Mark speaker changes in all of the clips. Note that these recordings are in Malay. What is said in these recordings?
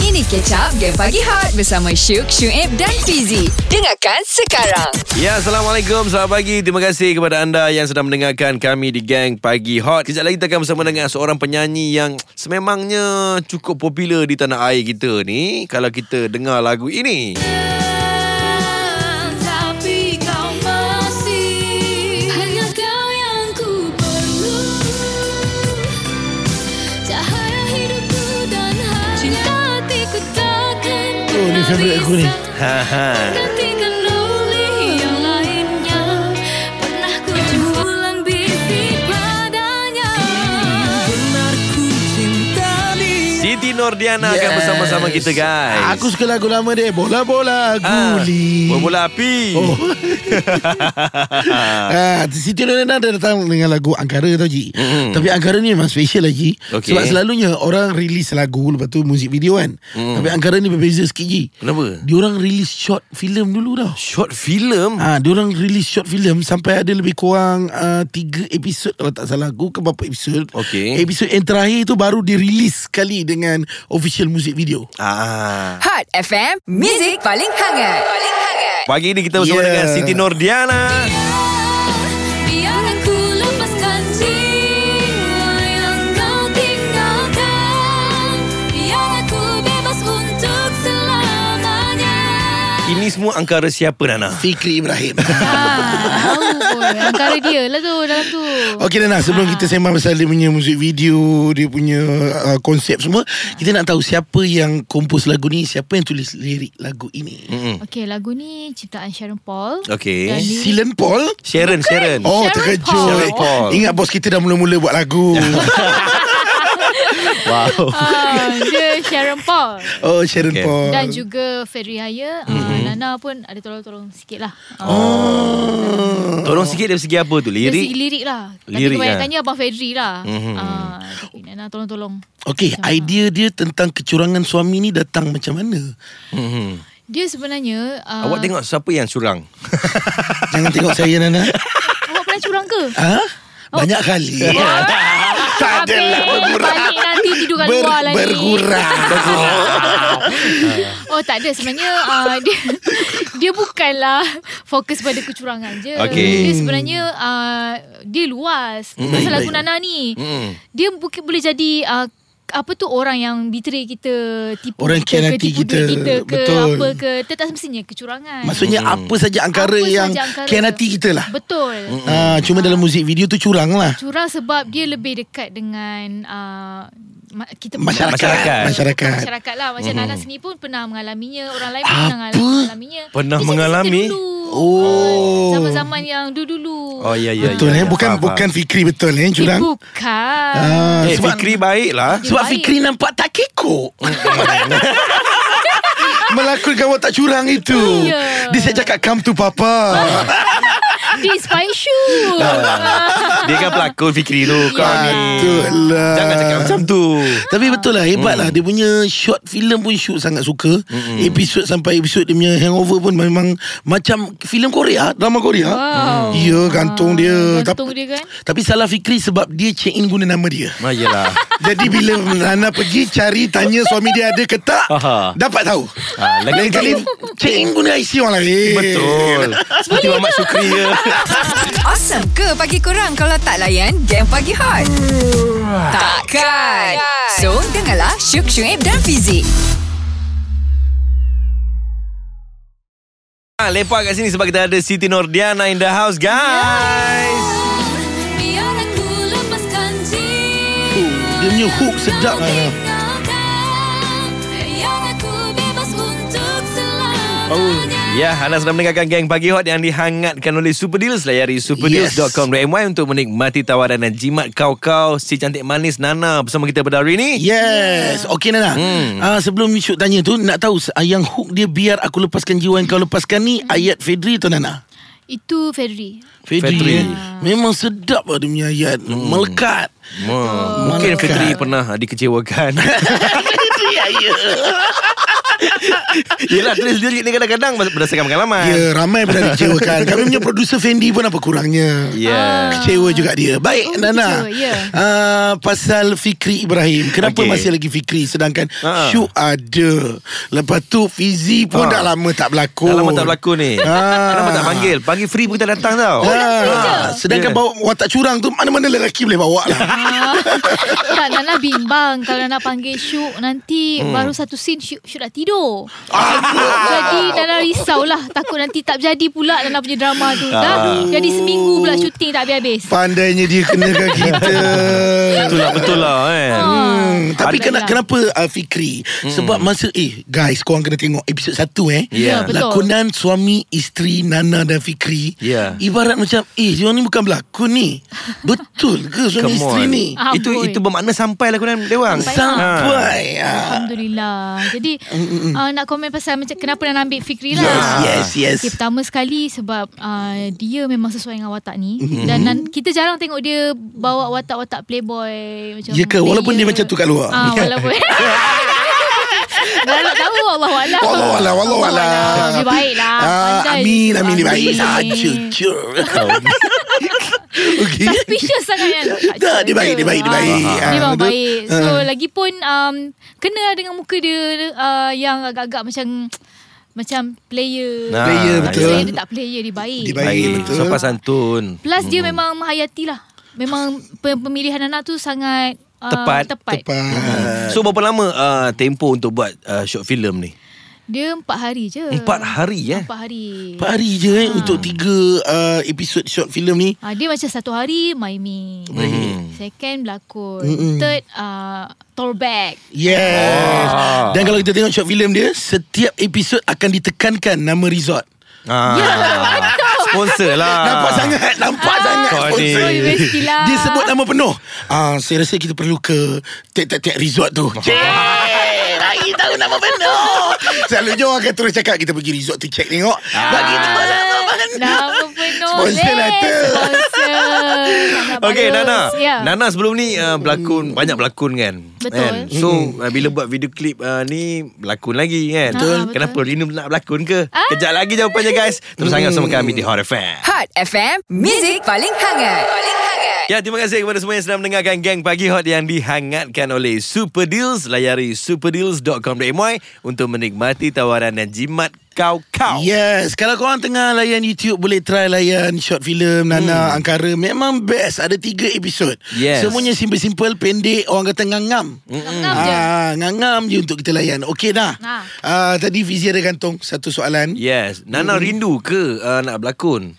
Speaker 1: Ini Catch Up Game Pagi Hot bersama Syuk, Syuib dan Fizi. Dengarkan sekarang.
Speaker 2: Ya, Assalamualaikum. Selamat pagi. Terima kasih kepada anda yang sedang mendengarkan kami di Gang Pagi Hot. Kejap lagi kita akan bersama dengan seorang penyanyi yang sememangnya cukup popular di tanah air kita ni. Kalau kita dengar lagu ini.
Speaker 3: Tapi kau masih hanya kau yang ku perlu cahaya hidupku dan cinta hatiku takkan
Speaker 4: Oh, ni favourite aku ni.
Speaker 2: Ha ha.
Speaker 3: Gantikan oleh yang lainnya Pernah ku jualan bisik padanya Benar ku cinta dia
Speaker 2: Siti Nordiana yes. akan
Speaker 4: Yes.
Speaker 2: bersama-sama kita, guys.
Speaker 4: Aku suka lagu lama dia Bola-bola
Speaker 2: Ah,
Speaker 4: guli
Speaker 2: Bola api.
Speaker 4: Oh. Ah, Siti Nurhaliza dah datang dengan lagu Angkara tau Ji
Speaker 2: Mm-mm.
Speaker 4: Tapi Angkara ni memang special lah Ji
Speaker 2: Okey.
Speaker 4: Sebab selalunya orang release lagu Lepas tu muzik video kan Tapi Angkara ni berbeza sikit Ji
Speaker 2: Mm. Kenapa?
Speaker 4: Diorang release short film dulu tau
Speaker 2: Short film.
Speaker 4: Ah, diorang release short film sampai ada lebih kurang uh, tiga episod kalau tak salah aku ke berapa episod.
Speaker 2: Okey.
Speaker 4: Episod yang terakhir tu baru dirilis sekali dengan official music video.
Speaker 2: Ah.
Speaker 1: Hot FM, Music paling hangat. Paling hangat.
Speaker 2: Pagi ni kita bersama
Speaker 4: Yeah.
Speaker 2: dengan Siti Nordiana.
Speaker 3: Biar aku lepaskan jiwa yang kau tinggalkan Biar aku bebas untuk selamanya
Speaker 2: Ini semua angkara siapa Nana?
Speaker 4: Fikri Ibrahim.
Speaker 5: Ah, tahu pun. Antara dia lah tu dalam tu.
Speaker 4: Okey Nana,
Speaker 5: Ah.
Speaker 4: sebelum kita sembang pasal dia punya muzik video, dia punya uh, konsep
Speaker 5: Ah.
Speaker 4: semua, kita nak tahu siapa yang kompos lagu ni, siapa yang tulis lirik lagu ini.
Speaker 2: Mm-mm.
Speaker 5: Okey, lagu ni ciptaan Sharon Paul.
Speaker 2: Okay.
Speaker 5: Dan-
Speaker 4: Silen Paul?
Speaker 2: Sharon, Sharon.
Speaker 4: Oh,
Speaker 5: Sharon
Speaker 4: terkejut.
Speaker 5: Paul.
Speaker 2: Sharon Paul. Ya.
Speaker 4: Ingat bos kita dah mula-mula buat lagu.
Speaker 2: Wow.
Speaker 5: Ah, dia Sharon Paul.
Speaker 4: oh, Sharon
Speaker 2: Okay.
Speaker 4: Paul.
Speaker 5: Dan juga Ferry Haya. Mm-hmm. Nana pun ada tolong-tolong sikit lah.
Speaker 4: Oh.
Speaker 2: Tolong sikit dari segi apa tu?
Speaker 5: Lirik?
Speaker 2: Lirik?
Speaker 5: lirik lah.
Speaker 2: Lirik,
Speaker 5: Tapi kebanyakannya Abang Ferry lah.
Speaker 2: Mhm.
Speaker 5: Mm-hmm. Ah, tapi Nana tolong-tolong.
Speaker 4: Okey,
Speaker 5: Ah.
Speaker 4: idea dia tentang kecurangan suami ni datang macam mana?
Speaker 2: Hmm.
Speaker 5: Dia sebenarnya... ah,
Speaker 2: Awak tengok siapa yang curang?
Speaker 4: Jangan tengok saya Nana.
Speaker 5: Awak pernah curang ke?
Speaker 4: Ha?
Speaker 5: Oh.
Speaker 4: Banyak kali. tak ada lah
Speaker 5: Habis, balik nanti tidur kat
Speaker 4: Ber,
Speaker 5: luar lagi.
Speaker 4: bergurau.
Speaker 5: Oh tak ada sebenarnya uh, dia dia bukanlah fokus pada kecurangan je.
Speaker 2: Okey.
Speaker 5: Dia sebenarnya uh, dia luas. Mm. Pasal lagu Nana ni.
Speaker 2: Mm.
Speaker 5: Dia mungkin boleh jadi uh, apa tu orang yang betray kita, tipu
Speaker 4: Orang
Speaker 5: kita,
Speaker 4: khianati
Speaker 5: ke, tipu
Speaker 4: kita.
Speaker 5: duit kita ke
Speaker 4: Betul.
Speaker 5: apa ke. Itu tak semestinya kecurangan.
Speaker 4: Maksudnya
Speaker 2: Hmm.
Speaker 4: apa saja angkara
Speaker 5: Apa saja
Speaker 4: yang
Speaker 5: angkara.
Speaker 4: khianati kita lah.
Speaker 5: Betul.
Speaker 2: Hmm.
Speaker 4: Ah, cuma dalam muzik video tu curang lah.
Speaker 5: Curang sebab dia lebih dekat dengan uh, ma- kita
Speaker 4: Masyarakat.
Speaker 2: Masyarakat. Mhm.
Speaker 4: Masyarakat.
Speaker 5: masyarakat lah macam Nana sendiri pun pernah mengalaminya orang lain pun
Speaker 4: Apa?
Speaker 5: pernah mengalaminya
Speaker 2: Pernah
Speaker 5: Dia cerita
Speaker 2: mengalami?
Speaker 5: dulu.
Speaker 4: Oh.
Speaker 5: zaman-zaman yang dulu-dulu
Speaker 2: Oh, ya, ya.
Speaker 4: Betul
Speaker 2: ya, ya.
Speaker 4: eh,
Speaker 2: Faham,
Speaker 4: bukan bukan Fikri betul eh
Speaker 5: eh,
Speaker 4: curang.
Speaker 5: bukan
Speaker 2: faham.
Speaker 4: Ah,
Speaker 2: Eh,
Speaker 4: sebab
Speaker 2: Fikri baik lah.
Speaker 5: Dia
Speaker 4: sebab
Speaker 5: baik.
Speaker 4: Fikri nampak tak kekok. Melakonkan awak tak curang itu.
Speaker 5: Ya.
Speaker 4: Dia saya cakap come to papa.
Speaker 5: dia inspire shoe
Speaker 2: Dia kan pelakon Fikri tu kau ni.
Speaker 5: Ya.
Speaker 4: Betul lah.
Speaker 2: Jangan cakap macam Hmm. tu.
Speaker 4: Tapi betul lah Hebat lah Dia punya short film pun Shoot sangat suka
Speaker 2: Hmm.
Speaker 4: Episod sampai episod Dia punya hangover pun Memang Macam filem Korea Drama Korea
Speaker 5: Wow. Ah,
Speaker 4: Ya gantung dia
Speaker 5: gantung
Speaker 4: Kap-
Speaker 5: dia kan
Speaker 4: Tapi salah Fikri Sebab dia check in Guna nama dia
Speaker 2: Ah, yelah.
Speaker 4: Jadi bila Nana pergi Cari tanya suami dia ada ke tak
Speaker 2: Aha.
Speaker 4: Dapat tahu
Speaker 2: Ah, lagi-
Speaker 4: Lain kali Eh. Check in guna IC orang lain
Speaker 2: Betul. Seperti Muhammad Sukri ya.
Speaker 1: Awesome ke pagi korang kalau tak layan Game Pagi Hot? Takkan. So, dengarlah Syuk, Syuib dan Fizi.
Speaker 2: Ha, lepak kat sini sebab kita ada Siti Nordiana in the house, guys.
Speaker 3: Biar aku lepaskan jiwa
Speaker 4: Dia punya hook sedap lah.
Speaker 3: Ah.
Speaker 4: Nana.
Speaker 3: tinggalkan Biar aku bebas untuk
Speaker 4: Oh.
Speaker 3: selamanya
Speaker 2: Ya, anda sedang mendengarkan Gang Pagi Hot yang dihangatkan oleh lah, ya. Superdeals. Layari superdeals.com.my untuk menikmati tawaran dan jimat kau-kau si cantik manis Nana bersama kita pada hari ini.
Speaker 4: Yes yeah. Okay Nana hmm. uh, Sebelum Syuk tanya tu Nak tahu uh, Yang hook dia Biar aku lepaskan jiwa Yang kau lepaskan ni Ayat Fedri tu Nana
Speaker 5: itu Ferry
Speaker 2: Fedri.
Speaker 4: eh. Memang sedap lah Dia punya ayat hmm. Melekat
Speaker 2: Ma, mungkin
Speaker 4: Malaikat.
Speaker 2: Fitri pernah dikecewakan.
Speaker 4: Fedri ayat
Speaker 2: Yelah tulis lirik ni kadang-kadang Berdasarkan pengalaman
Speaker 4: Ya ramai pernah dikecewakan Kami punya producer Fendi pun apa kurangnya
Speaker 2: yeah.
Speaker 4: Kecewa juga dia Baik
Speaker 5: Ah. Oh,
Speaker 4: Nana
Speaker 5: kecewa, ya.
Speaker 4: uh, Pasal Fikri Ibrahim Kenapa
Speaker 2: Okey.
Speaker 4: okay. masih lagi Fikri Sedangkan
Speaker 2: Ha.
Speaker 4: uh Syuk ada Lepas tu Fizi pun
Speaker 2: Ha.
Speaker 4: dah lama tak berlakon
Speaker 2: Dah lama tak berlakon ni
Speaker 4: Oh. Ah.
Speaker 2: Kenapa tak panggil Panggil free pun kita datang tau
Speaker 5: Oh,
Speaker 4: Ha.
Speaker 2: Ya.
Speaker 4: Sedangkan yeah. bawa watak curang tu Mana-mana lelaki boleh bawa lah
Speaker 5: tak Nana bimbang Kalau Nana panggil Syuk Nanti hmm. baru satu scene Syuk, Syuk dah tidur
Speaker 4: Ah.
Speaker 5: Jadi Nana risaulah lah. Takut nanti tak jadi pula Nana punya drama tu
Speaker 4: Ah.
Speaker 5: dah, Jadi seminggu pula syuting tak habis-habis
Speaker 4: Pandainya dia kenakan kita
Speaker 2: Betul lah betul lah eh.
Speaker 5: Ah. Oh.
Speaker 4: Hmm, tapi
Speaker 5: Ada
Speaker 4: kena,
Speaker 5: lah.
Speaker 4: kenapa uh, Fikri hmm. Sebab masa Eh guys korang kena tengok Episod 1 eh
Speaker 2: Ya.
Speaker 5: Ya, betul.
Speaker 4: Lakonan suami isteri Nana dan Fikri
Speaker 2: Ya.
Speaker 4: Ibarat macam Eh diorang ni bukan berlakon ni Betul ke suami
Speaker 2: Come
Speaker 4: isteri
Speaker 2: on
Speaker 4: ni
Speaker 5: Ah,
Speaker 2: Itu
Speaker 5: boy.
Speaker 2: itu bermakna sampai lah Kunan Dewang
Speaker 4: Sampai
Speaker 5: Ha.
Speaker 4: ah.
Speaker 5: Alhamdulillah Jadi uh, nak komen pasal macam Kenapa Nana ambil Fikri lah
Speaker 4: Mm, Yes yes yes
Speaker 5: Okay, pertama sekali sebab uh, dia memang sesuai dengan watak ni mm-hmm. dan, dan kita jarang tengok dia bawa watak-watak playboy macam
Speaker 4: Ya ke Walaupun dia
Speaker 5: player.
Speaker 4: macam tu kat luar
Speaker 5: Ah, walaupun Dah nak tahu Allah Allah.
Speaker 4: Allah Allah Allah Allah
Speaker 5: Dia baik lah. pandai
Speaker 4: Ah, Amin
Speaker 5: dia.
Speaker 4: Amin dia baik
Speaker 5: Amin.
Speaker 4: Saja je
Speaker 2: Oh.
Speaker 4: Okay
Speaker 5: Suspicious sangat kan
Speaker 4: Tak, dia baik, dia baik, dia baik.
Speaker 5: Dia
Speaker 4: Ah,
Speaker 5: memang
Speaker 4: betul.
Speaker 5: baik So
Speaker 4: Ah.
Speaker 5: lagi pun um, Kena dengan muka dia uh, Yang agak-agak macam Macam player
Speaker 2: Nah,
Speaker 4: Player,
Speaker 5: Tapi
Speaker 4: betul.
Speaker 5: sebenarnya Dia tak player Dia baik
Speaker 4: Dia baik,
Speaker 2: Baik
Speaker 4: betul.
Speaker 2: Sopan santun
Speaker 5: Plus dia memang menghayati lah Memang pe- pemilihan Nana tu sangat uh,
Speaker 2: Tepat.
Speaker 5: tepat
Speaker 4: Tepat
Speaker 2: Ah. So berapa lama uh, tempo untuk buat uh, short film ni?
Speaker 5: Dia empat hari je
Speaker 2: Empat hari eh?
Speaker 5: Empat hari
Speaker 4: Empat hari je eh Untuk tiga uh, episod short film ni
Speaker 5: Ah, dia macam satu hari miming.
Speaker 2: Mhm.
Speaker 5: Second berlakon.
Speaker 4: Mhm.
Speaker 5: Third uh, throwback.
Speaker 4: Yes
Speaker 2: Ah.
Speaker 4: Dan kalau kita tengok short film dia Setiap episod akan ditekankan Nama resort
Speaker 2: Ah,
Speaker 5: Ya,
Speaker 2: Sponsor lah
Speaker 4: Nampak sangat Nampak sangat
Speaker 2: Kau ni.
Speaker 4: sponsor.
Speaker 5: Oh, universiti lah.
Speaker 4: Dia sebut nama penuh Ah, Saya rasa kita perlu ke Tek-tek-tek resort tu Cik Bagi tahu nama penuh Selalunya orang akan terus cakap Kita pergi resort tu cek tengok Bagi tahu nama penuh
Speaker 5: Nama penuh.
Speaker 4: Sponsor lah tu.
Speaker 5: Sponsor. Sangat
Speaker 2: Okay
Speaker 5: bagus.
Speaker 2: Nana
Speaker 5: Ya. Hmm.
Speaker 2: Nana sebelum ni uh, Berlakon Banyak berlakon kan
Speaker 5: Betul.
Speaker 2: kan? So uh, bila buat video klip uh, ni Berlakon lagi kan
Speaker 5: Betul. Ah, betul.
Speaker 2: Kenapa Rino nak berlakon ke ah. Kejap lagi jawapannya guys Terus hangat sama kami di Hot FM
Speaker 1: Hot FM, Music paling hangat. Paling hangat.
Speaker 2: Ya, terima kasih kepada semua yang sedang mendengarkan Gang Pagi Hot yang dihangatkan oleh Super Deals. Layari superdeals.com.my untuk menikmati tawaran dan jimat kau-kau.
Speaker 4: Yes Kalau korang tengah layan YouTube Boleh try layan short film Nana hmm. Angkara Memang best Ada tiga episod
Speaker 2: Yes.
Speaker 4: Semuanya simple-simple Pendek Orang kata ngangam
Speaker 5: Ngam je.
Speaker 4: Ah, ngangam je untuk kita layan Okey dah
Speaker 5: Ah.
Speaker 4: ah, Tadi Fizi ada gantung Satu soalan
Speaker 2: Yes. Nana
Speaker 4: Mm-hmm.
Speaker 2: rindu ke uh, nak berlakon?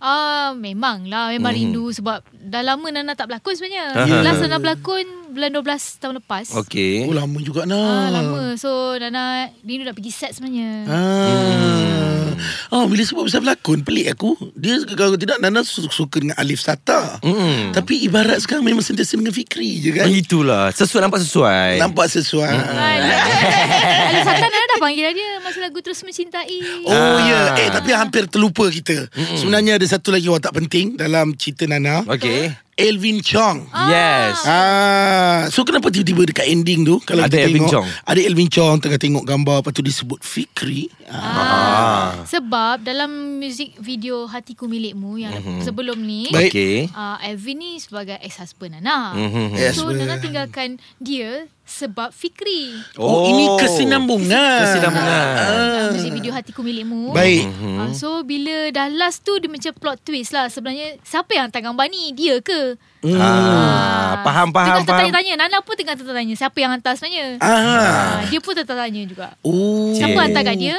Speaker 5: Ah, memang lah. Memang rindu sebab dah lama Nana tak berlakon sebenarnya.
Speaker 2: Hmm. Aha.
Speaker 5: Last Nana berlakon bulan 12 tahun lepas.
Speaker 2: Okey.
Speaker 4: Oh lama juga
Speaker 5: Ah,
Speaker 4: nah.
Speaker 5: lama. So Nana rindu nak pergi set sebenarnya.
Speaker 4: Ah. Oh, bila sebab pasal berlakon Pelik aku Dia kalau tidak Nana su- suka dengan Alif Sata
Speaker 2: Mm.
Speaker 4: Tapi ibarat sekarang Memang sentiasa dengan Fikri je kan
Speaker 2: Itulah. Sesuai nampak sesuai.
Speaker 4: Nampak sesuai
Speaker 5: Hmm. Alah, Satan Nana dah panggil lah dia masa lagu Terus Mencintai.
Speaker 4: Oh
Speaker 2: Ah.
Speaker 4: ah. ya Eh tapi hampir terlupa kita Mm-mm. Sebenarnya ada satu lagi watak penting Dalam cerita Nana
Speaker 2: Okey.
Speaker 4: Elvin Chong
Speaker 2: Yes.
Speaker 4: Ah, so kenapa tiba-tiba dekat ending tu kalau
Speaker 2: Ada
Speaker 4: kita
Speaker 2: Elvin
Speaker 4: tengok,
Speaker 2: Chong.
Speaker 4: Ada Elvin Chong tengah tengok gambar Lepas tu disebut Fikri ah.
Speaker 5: Ah. Sebab dalam music video Hatiku Milikmu yang mm-hmm. sebelum ni
Speaker 4: Mhm. Baik.
Speaker 2: Okey.
Speaker 5: uh, Alvin ni sebagai ex-husband Nana.
Speaker 2: Mhm.
Speaker 5: So
Speaker 4: Ex-husband.
Speaker 5: Nana tinggalkan dia sebab Fikri. Ah.
Speaker 4: Oh, ini kesinambungan Ah.
Speaker 2: Kesinambungan. Hmm.
Speaker 5: Dalam music video Hatiku Milikmu.
Speaker 4: Baik
Speaker 2: Mhm.
Speaker 5: Uh, so bila dah last tu dia macam plot twist lah sebenarnya siapa yang hantar gambar ni dia ke?
Speaker 2: Ah, faham faham
Speaker 5: tengah
Speaker 2: faham.
Speaker 5: tertanya-tanya Nana pun tengah tertanya siapa yang hantar sebenarnya.
Speaker 4: Ah.
Speaker 5: Ah, dia pun tertanya juga.
Speaker 4: Oh.
Speaker 5: Siapa hantar kat dia?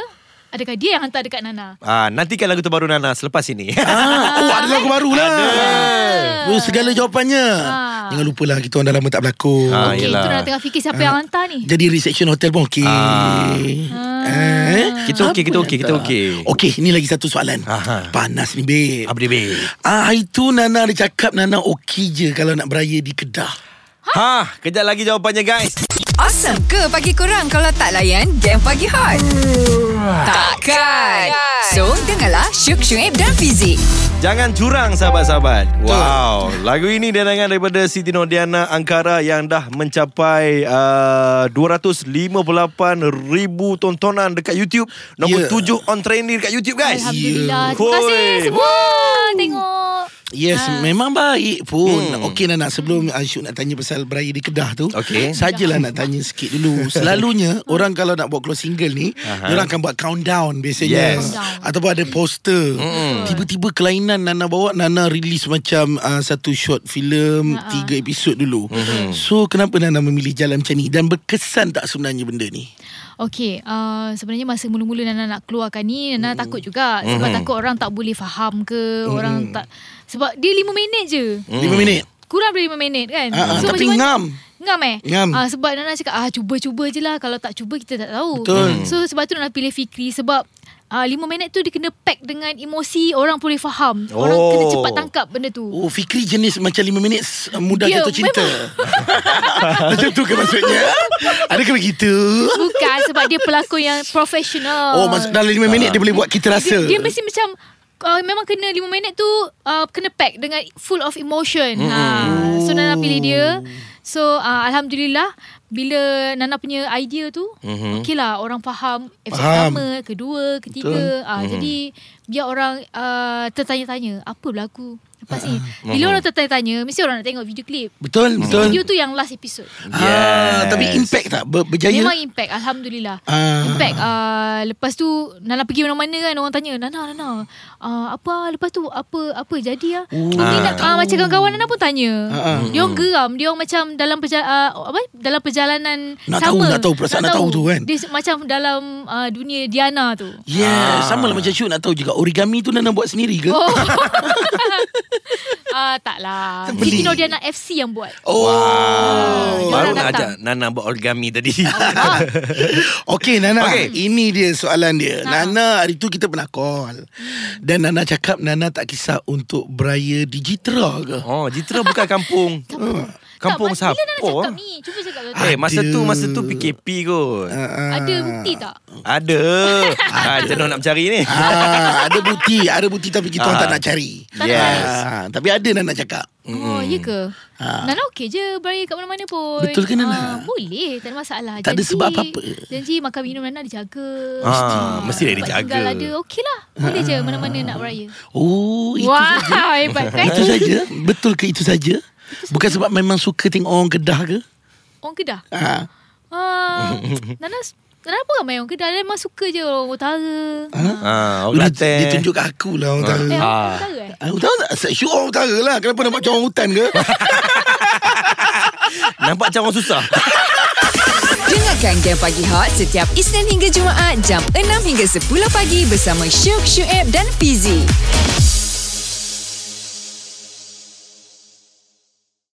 Speaker 5: Adakah dia yang hantar dekat Nana?
Speaker 2: Ah, nantikan lagu terbaru Nana selepas ini.
Speaker 4: Ah, oh ada lagu baru lah. Ada. Oh, segala jawapannya.
Speaker 5: Ah.
Speaker 4: Jangan lupalah kita orang dah lama tak berlakon.
Speaker 2: Ah,
Speaker 5: Okey,
Speaker 2: yelah.
Speaker 5: tu Nana tengah fikir siapa yang hantar ni.
Speaker 4: Jadi reception hotel pun okey.
Speaker 2: Ah.
Speaker 4: Eh?
Speaker 2: Kita okey, kita okey, kita okey.
Speaker 4: Okey, ni lagi satu soalan.
Speaker 2: Aha.
Speaker 4: Panas ni, babe.
Speaker 2: Abdi B.
Speaker 4: Ah, hari tu Nana ada cakap Nana okey je kalau nak beraya di Kedah.
Speaker 2: Ha, kejap lagi jawapannya guys.
Speaker 1: Awesome ke pagi korang kalau tak layan game pagi hot? Takkan. So, dengarlah Syuk, Syuib dan Fizi.
Speaker 2: Jangan curang sahabat-sahabat. Wow, lagu ini didangan daripada Siti Nordiana Angkara yang dah mencapai uh, 258,000 tontonan dekat YouTube. Nombor
Speaker 4: Yeah.
Speaker 2: yeah. 7 on trending dekat YouTube guys.
Speaker 5: Alhamdulillah.
Speaker 4: Ya.
Speaker 2: Yeah.
Speaker 5: Terima kasih
Speaker 2: Koi.
Speaker 5: semua tengok.
Speaker 4: Yes, ha. memang baik pun. Hmm. Okey Nana, sebelum Aisyuk nak tanya pasal beraya di Kedah tu,
Speaker 2: Okey.
Speaker 4: sajalah nak tanya sikit dulu. Selalunya orang kalau nak buat close single ni,
Speaker 2: Aha.
Speaker 4: uh-huh. orang akan buat countdown biasanya.
Speaker 2: Yes.
Speaker 5: Countdown.
Speaker 4: Ataupun ada poster. Hmm. Tiba-tiba kelainan Nana bawa, Nana release macam uh, satu short filem,
Speaker 5: Ha-ha.
Speaker 4: tiga episod dulu. Hmm. So kenapa Nana memilih jalan macam ni dan berkesan tak sebenarnya benda ni?
Speaker 5: Okey, uh, sebenarnya masa mula-mula Nana nak keluarkan ni Nana
Speaker 2: Hmm.
Speaker 5: takut juga sebab takut orang tak boleh faham ke, orang
Speaker 2: Hmm.
Speaker 5: tak sebab dia lima minit je.
Speaker 4: Lima minit.
Speaker 5: Kurang dari 5 minit kan
Speaker 4: Ah, ah, tapi
Speaker 5: macam mana-
Speaker 4: ngam.
Speaker 5: Ngam eh
Speaker 4: Ngam.
Speaker 5: Ah, Sebab Nana cakap ah, Cuba-cuba je lah Kalau tak cuba kita tak tahu Hmm.
Speaker 4: Betul.
Speaker 5: So sebab tu Nana pilih Fikri Sebab ah, 5 minit tu dia kena pack dengan emosi Orang boleh faham Orang
Speaker 2: Oh.
Speaker 5: kena cepat tangkap benda tu
Speaker 4: Oh Fikri jenis macam 5 minit s- mudah
Speaker 5: Dia
Speaker 4: jatuh cinta.
Speaker 5: memang-
Speaker 4: macam tu ke maksudnya? Adakah begitu?
Speaker 5: Bukan sebab dia pelakon yang profesional
Speaker 4: Oh maksud dalam 5 minit dia boleh buat kita rasa.
Speaker 5: ah. Dia, dia mesti macam uh, memang kena 5 minit tu uh, kena pack dengan full of emotion. Mm. Ha. So
Speaker 4: Oh.
Speaker 5: Nana pilih dia. So uh, alhamdulillah bila Nana punya idea tu mm-hmm. okeylah orang faham episode
Speaker 4: Faham.
Speaker 5: pertama, kedua, ketiga. Ah mm. jadi biar orang uh, tertanya-tanya apa berlaku lepas
Speaker 4: Ah,
Speaker 5: ni. Bila orang tertanya-tanya mesti orang nak tengok video klip.
Speaker 4: Betul, betul.
Speaker 5: Video tu yang last episode.
Speaker 4: Ah,
Speaker 2: Hmm. Yes.
Speaker 4: tapi impact tak Ber, berjaya?
Speaker 5: Memang impact Alhamdulillah
Speaker 4: Ya, Ah.
Speaker 5: Impact uh, Lepas tu Nana pergi mana-mana kan Orang tanya Nana Nana uh, Apa ah? Lepas tu Apa apa jadi ah? Ni nak, ah, Macam kawan-kawan Nana pun tanya
Speaker 4: Oh. Ah, ah.
Speaker 5: Dia orang
Speaker 2: Hmm.
Speaker 5: geram Dia orang macam Dalam perja- uh, apa? Dalam perjalanan
Speaker 4: Nak
Speaker 5: sama
Speaker 4: tahu, nak tahu, perasaan nak tahu tu kan?
Speaker 5: Dia se- macam dalam uh, Dunia Diana tu
Speaker 4: Ya, yeah,
Speaker 2: Ah.
Speaker 4: sama lah macam Syuk nak tahu juga origami tu Nana buat sendiri ke?
Speaker 5: Oh uh, Tak lah
Speaker 4: Beli.
Speaker 5: Siti Nordiana FC yang buat
Speaker 4: Oh.
Speaker 5: Wow. Dia
Speaker 2: Ah, Baru
Speaker 5: orang
Speaker 2: nak ajak
Speaker 5: datang.
Speaker 2: Nana buat origami tadi.
Speaker 4: Okey Nana,
Speaker 2: Okey.
Speaker 4: ini dia soalan dia.
Speaker 5: Ha.
Speaker 4: Nana hari tu kita pernah call. Dan Nana cakap Nana tak kisah untuk beraya digitera ke?
Speaker 2: oh, Jitra bukan kampung. Hmm. Kampung
Speaker 5: tak, Bila Nana
Speaker 2: siapa,
Speaker 5: cakap
Speaker 2: ah?
Speaker 5: ni Cuba cakap
Speaker 2: Eh, hey, masa
Speaker 4: Ada.
Speaker 2: tu masa tu PKP kot.
Speaker 4: Ah, ah.
Speaker 5: Ada bukti tak?
Speaker 2: Ada. ha, macam mana nak mencari ni?
Speaker 4: Ah, ada bukti, ada bukti tapi kita orang
Speaker 2: Ah.
Speaker 4: tak nak cari.
Speaker 2: Yes.
Speaker 4: Ah, tapi ada nak nak cakap.
Speaker 5: Oh, ya ke?
Speaker 4: Ha.
Speaker 5: Ha. Nana okey je beraya kat mana-mana pun.
Speaker 4: Betul ke, Nana?
Speaker 5: Ah, boleh, tak ada masalah.
Speaker 4: Tak ada sebab apa-apa.
Speaker 5: Janji makan minum Nana dijaga.
Speaker 2: Ah, mesti dia
Speaker 5: tempat
Speaker 2: dijaga.
Speaker 5: Tinggal ada, okey lah.
Speaker 4: Ha,
Speaker 5: Boleh je mana-mana nak beraya.
Speaker 4: Oh, itu
Speaker 5: Wah,
Speaker 4: saja.
Speaker 5: hebat kan?
Speaker 4: Itu saja. Betul ke itu saja? Bukan sebab memang suka tengok orang Kedah ke?
Speaker 5: Orang Kedah.
Speaker 4: Ah.
Speaker 5: Ah, Nana Nana pun ramai orang Kedah. Nana memang suka je orang utara.
Speaker 4: Ah.
Speaker 5: Ha?
Speaker 2: Ha,
Speaker 4: Dia,
Speaker 2: orang Kelantan.
Speaker 4: dia tunjuk kat aku lah orang utara.
Speaker 5: Eh,
Speaker 4: Ah.
Speaker 5: orang utara eh?
Speaker 4: Utara tak? Syuk orang utara lah. Kenapa nampak macam orang hutan ke?
Speaker 2: Nampak macam orang susah.
Speaker 1: Dengarkan Game Pagi Hot setiap Isnin hingga Jumaat jam 6 hingga 10 pagi bersama Syuk, Syuib dan Fizi.